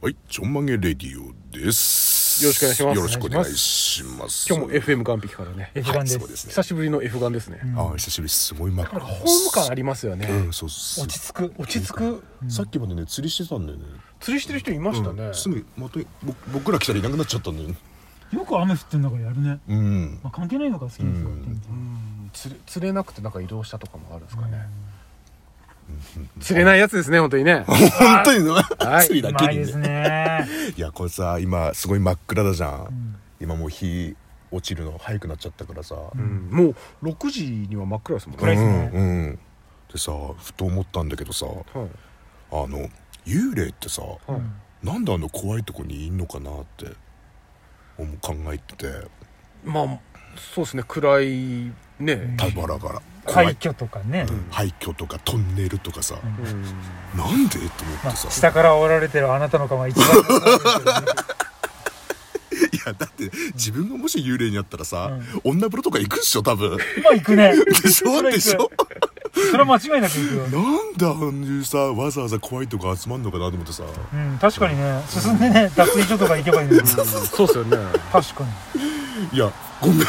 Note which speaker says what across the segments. Speaker 1: はい、ちょんまげレディオです。
Speaker 2: よろしくお願いします
Speaker 1: よろしくお願いします。
Speaker 2: 今日も FM 完璧からね
Speaker 3: F 版で
Speaker 1: そうです
Speaker 3: す。
Speaker 1: ね
Speaker 2: 久しぶりの F ガンですね、
Speaker 1: あー久しぶりですごい真っ赤。
Speaker 2: ホーム感ありますよね、
Speaker 1: うん、そうそう
Speaker 3: 落ち着く。
Speaker 2: 落ち着く
Speaker 1: さっきまでね釣りしてたんだよね。
Speaker 2: 釣りしてる人いましたね、
Speaker 1: うんすぐまた僕僕ら来たらいなくなっちゃったんだよね。
Speaker 3: よく雨降ってんだからやるね。
Speaker 1: うん。
Speaker 3: まあ関係ないのが好きですよ。天気
Speaker 2: うん釣れ釣れなくてなんか移動したとかもあるんですかね、釣れないやつですね本当にね
Speaker 1: 本当にね
Speaker 2: はい
Speaker 1: 釣りだ
Speaker 3: う
Speaker 1: け
Speaker 3: まい
Speaker 1: に
Speaker 3: です
Speaker 1: ね。
Speaker 3: ね。
Speaker 1: いやこれさ今すごい真っ暗だじゃん
Speaker 3: ん。
Speaker 1: 今もう日落ちるの早くなっちゃったからさ。
Speaker 2: うんもう6時には真っ暗ですもん
Speaker 3: 暗い
Speaker 1: うん
Speaker 3: で
Speaker 2: ね、
Speaker 3: すね
Speaker 1: うん。でさふと思ったんだけどさあ
Speaker 2: はい
Speaker 1: の幽霊ってさ。
Speaker 2: はい
Speaker 1: なんであんな怖いとこにいんのかなって思う考えてて
Speaker 2: まあそうですね暗いね、
Speaker 1: たばらばら怖
Speaker 3: 廃
Speaker 1: い
Speaker 3: 墟とかね。
Speaker 1: 廃墟とかトンネルとかさ、
Speaker 2: うん
Speaker 1: なんでと思っ
Speaker 3: まあ
Speaker 1: てさ、
Speaker 3: 下から煽られてるあなたの顔が一番良かったで す
Speaker 1: いやだって自分がもし幽霊になったらさ、女風呂とか行くっしょ多分
Speaker 3: けどね。まあ行くね。
Speaker 1: でしょでしょ
Speaker 3: それは間違いなく行くよ。
Speaker 1: なんでああいうさわざわざ怖いとこ集まんのかなと思ってさ
Speaker 3: うん、確かにね、進んでね、脱衣所とか行けばいいのに。確
Speaker 2: そうですよね
Speaker 3: かに。
Speaker 1: いやごめんな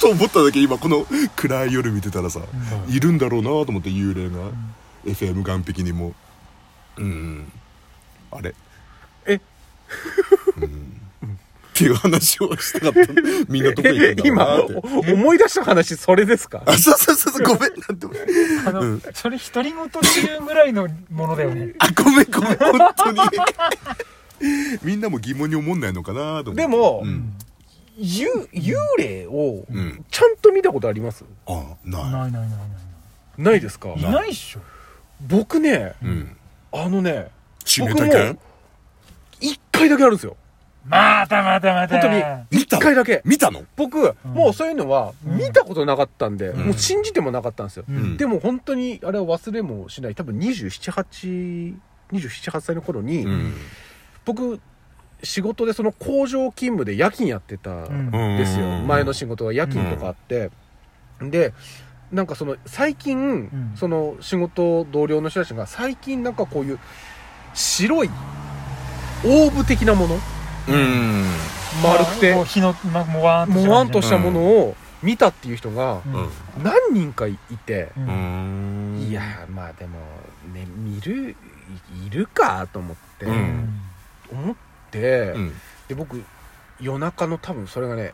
Speaker 1: と思っただけ今この暗い夜見てたらさ、いるんだろうなと思って幽霊が、FM 岸壁にもうんあれ
Speaker 2: え
Speaker 1: っていう話をしたかったみんなどこ行くんだ
Speaker 2: 今
Speaker 1: ろうなって
Speaker 2: お思い出した話それですか
Speaker 1: あそうそうそうそうごめんなんて
Speaker 3: あの、それ独り言っていうぐらいのものだよね。
Speaker 1: あごめんごめん本当にみんなも疑問に思んないのかなと思って
Speaker 2: でも
Speaker 1: うん
Speaker 2: 幽幽霊を
Speaker 1: うん
Speaker 2: ちゃんと見たことあります、
Speaker 1: あな
Speaker 3: ないないないな
Speaker 2: ないですか
Speaker 3: い。いないっしょ。
Speaker 2: 僕ね
Speaker 1: いうん
Speaker 2: あのね
Speaker 1: 指名
Speaker 2: 僕
Speaker 1: 体
Speaker 2: も
Speaker 1: 験
Speaker 2: 一回だけあるんですよ
Speaker 3: またまたまた。
Speaker 2: 本当に
Speaker 1: 見た
Speaker 2: 一回だけ
Speaker 1: 見たの
Speaker 2: 僕、
Speaker 3: ん
Speaker 2: もうそういうのは
Speaker 3: うん
Speaker 2: 見たことなかったんで、
Speaker 1: ん
Speaker 2: もう信じてもなかったんですよ、
Speaker 3: うん
Speaker 2: でも本当にあれは忘れもしない多分27827 8歳の頃に、
Speaker 1: うん
Speaker 2: 僕仕事でその工場勤務で夜勤やってたんですよ、
Speaker 1: うん
Speaker 2: 前の仕事は夜勤とかあって、でなんかその最近、
Speaker 3: ん
Speaker 2: その仕事同僚の人たちが最近なんかこういう白いオーブ的なもの
Speaker 1: うん
Speaker 2: 丸くて
Speaker 3: もう火の、ま、もわーんと
Speaker 2: も
Speaker 3: し
Speaker 2: う
Speaker 3: た
Speaker 2: ワ
Speaker 3: 感
Speaker 2: ン
Speaker 3: じ
Speaker 2: としたものを見たっていう人が
Speaker 3: うん
Speaker 1: うん
Speaker 2: 何人かいて、
Speaker 3: うん
Speaker 1: うん
Speaker 2: いやーまあでもね見るいいるかと思って、
Speaker 1: う
Speaker 3: うんん
Speaker 2: 思って、
Speaker 1: うん
Speaker 2: で僕夜中の多分それがね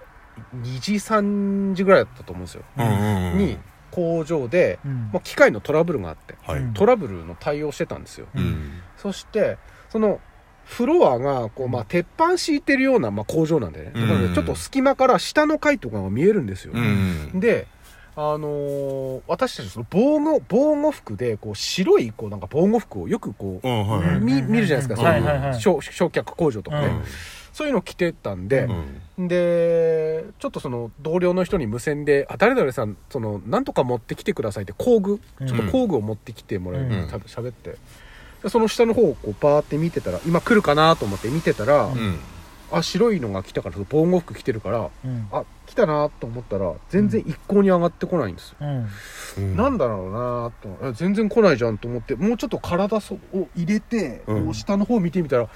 Speaker 2: 2時3時ぐらいだったと思うんですよ、
Speaker 1: うんうん
Speaker 2: に工場で、
Speaker 3: うん
Speaker 2: まあ、機械のトラブルがあって
Speaker 1: はい
Speaker 3: うん
Speaker 2: トラブルの対応してたんですよ、
Speaker 1: うん
Speaker 2: そしてそのフロアがこう、まあ、鉄板敷いてるような、まあ、工場なんでね、
Speaker 1: うん
Speaker 2: なのでちょっと隙間から下の階とかが見えるんですよ、
Speaker 1: うん
Speaker 2: で、あのー私たちその防護防護服でこう白いこうなんか防護服をよくこう、
Speaker 1: うんはいはい
Speaker 2: み見るじゃないですか、
Speaker 3: はい
Speaker 2: そう
Speaker 3: はいいは
Speaker 2: う
Speaker 3: い
Speaker 2: 焼焼却工場とかね、
Speaker 3: うん
Speaker 2: そういうの着てたんで
Speaker 1: う、ん
Speaker 2: でちょっとその同僚の人に無線で「あ誰々さんそのなんとか持ってきてください」って工具
Speaker 3: うん
Speaker 2: ちょっと工具を持ってきてもらえる
Speaker 1: うん
Speaker 2: た喋って。でその下の方をこうバーって見てたら今来るかなと思って見てたら、
Speaker 1: うん
Speaker 2: あ白いのが来たからその防護服着てるから
Speaker 3: うん
Speaker 2: あ来たなと思ったら全然一向に上がってこないんですよ
Speaker 3: うん
Speaker 1: うん
Speaker 2: なんだろうなぁとえ全然来ないじゃんと思ってもうちょっと体そを入れて、
Speaker 1: うん
Speaker 2: こう下の方見てみたら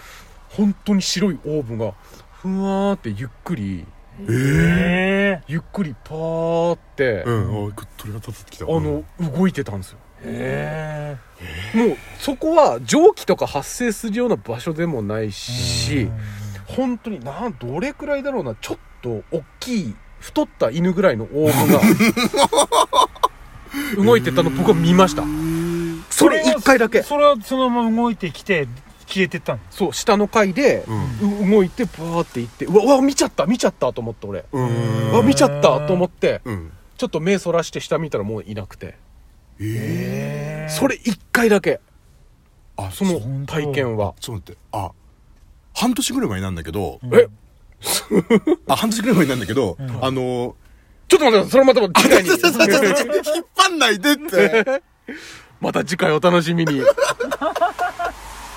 Speaker 2: 本当に白いオーブンがふわーってゆっくり
Speaker 3: え
Speaker 2: ゆっくりパーって、
Speaker 1: うんあ鳥が立ってきた
Speaker 2: あの動いてたんですよ
Speaker 3: ええ
Speaker 2: もうそこは蒸気とか発生するような場所でもないし、本当になんどれくらいだろうなちょっと大きい太った犬ぐらいのオー ブが動いてたの僕は見ましたそれ一回だけ
Speaker 3: それはそのまま動いてきて消えてったの
Speaker 2: そう下の階で
Speaker 1: うん
Speaker 2: う動いてバーって行ってうわうわ見ちゃった見ちゃったと思って俺
Speaker 1: うん
Speaker 2: うわ見ちゃったと思って
Speaker 1: うん
Speaker 2: ちょっと目そらして下見たらもういなくて
Speaker 1: ええ
Speaker 3: え
Speaker 2: それ一回だけ
Speaker 1: あそ
Speaker 2: そ
Speaker 1: の
Speaker 2: の体験は
Speaker 1: ちょっと待ってあ半年ぐらい前なんだけど
Speaker 2: え
Speaker 1: あ半年ぐらい前なんだけどあの
Speaker 2: ちょっと待 ってそれまた次回に
Speaker 1: 引っ張んないでって
Speaker 2: また次回お楽しみに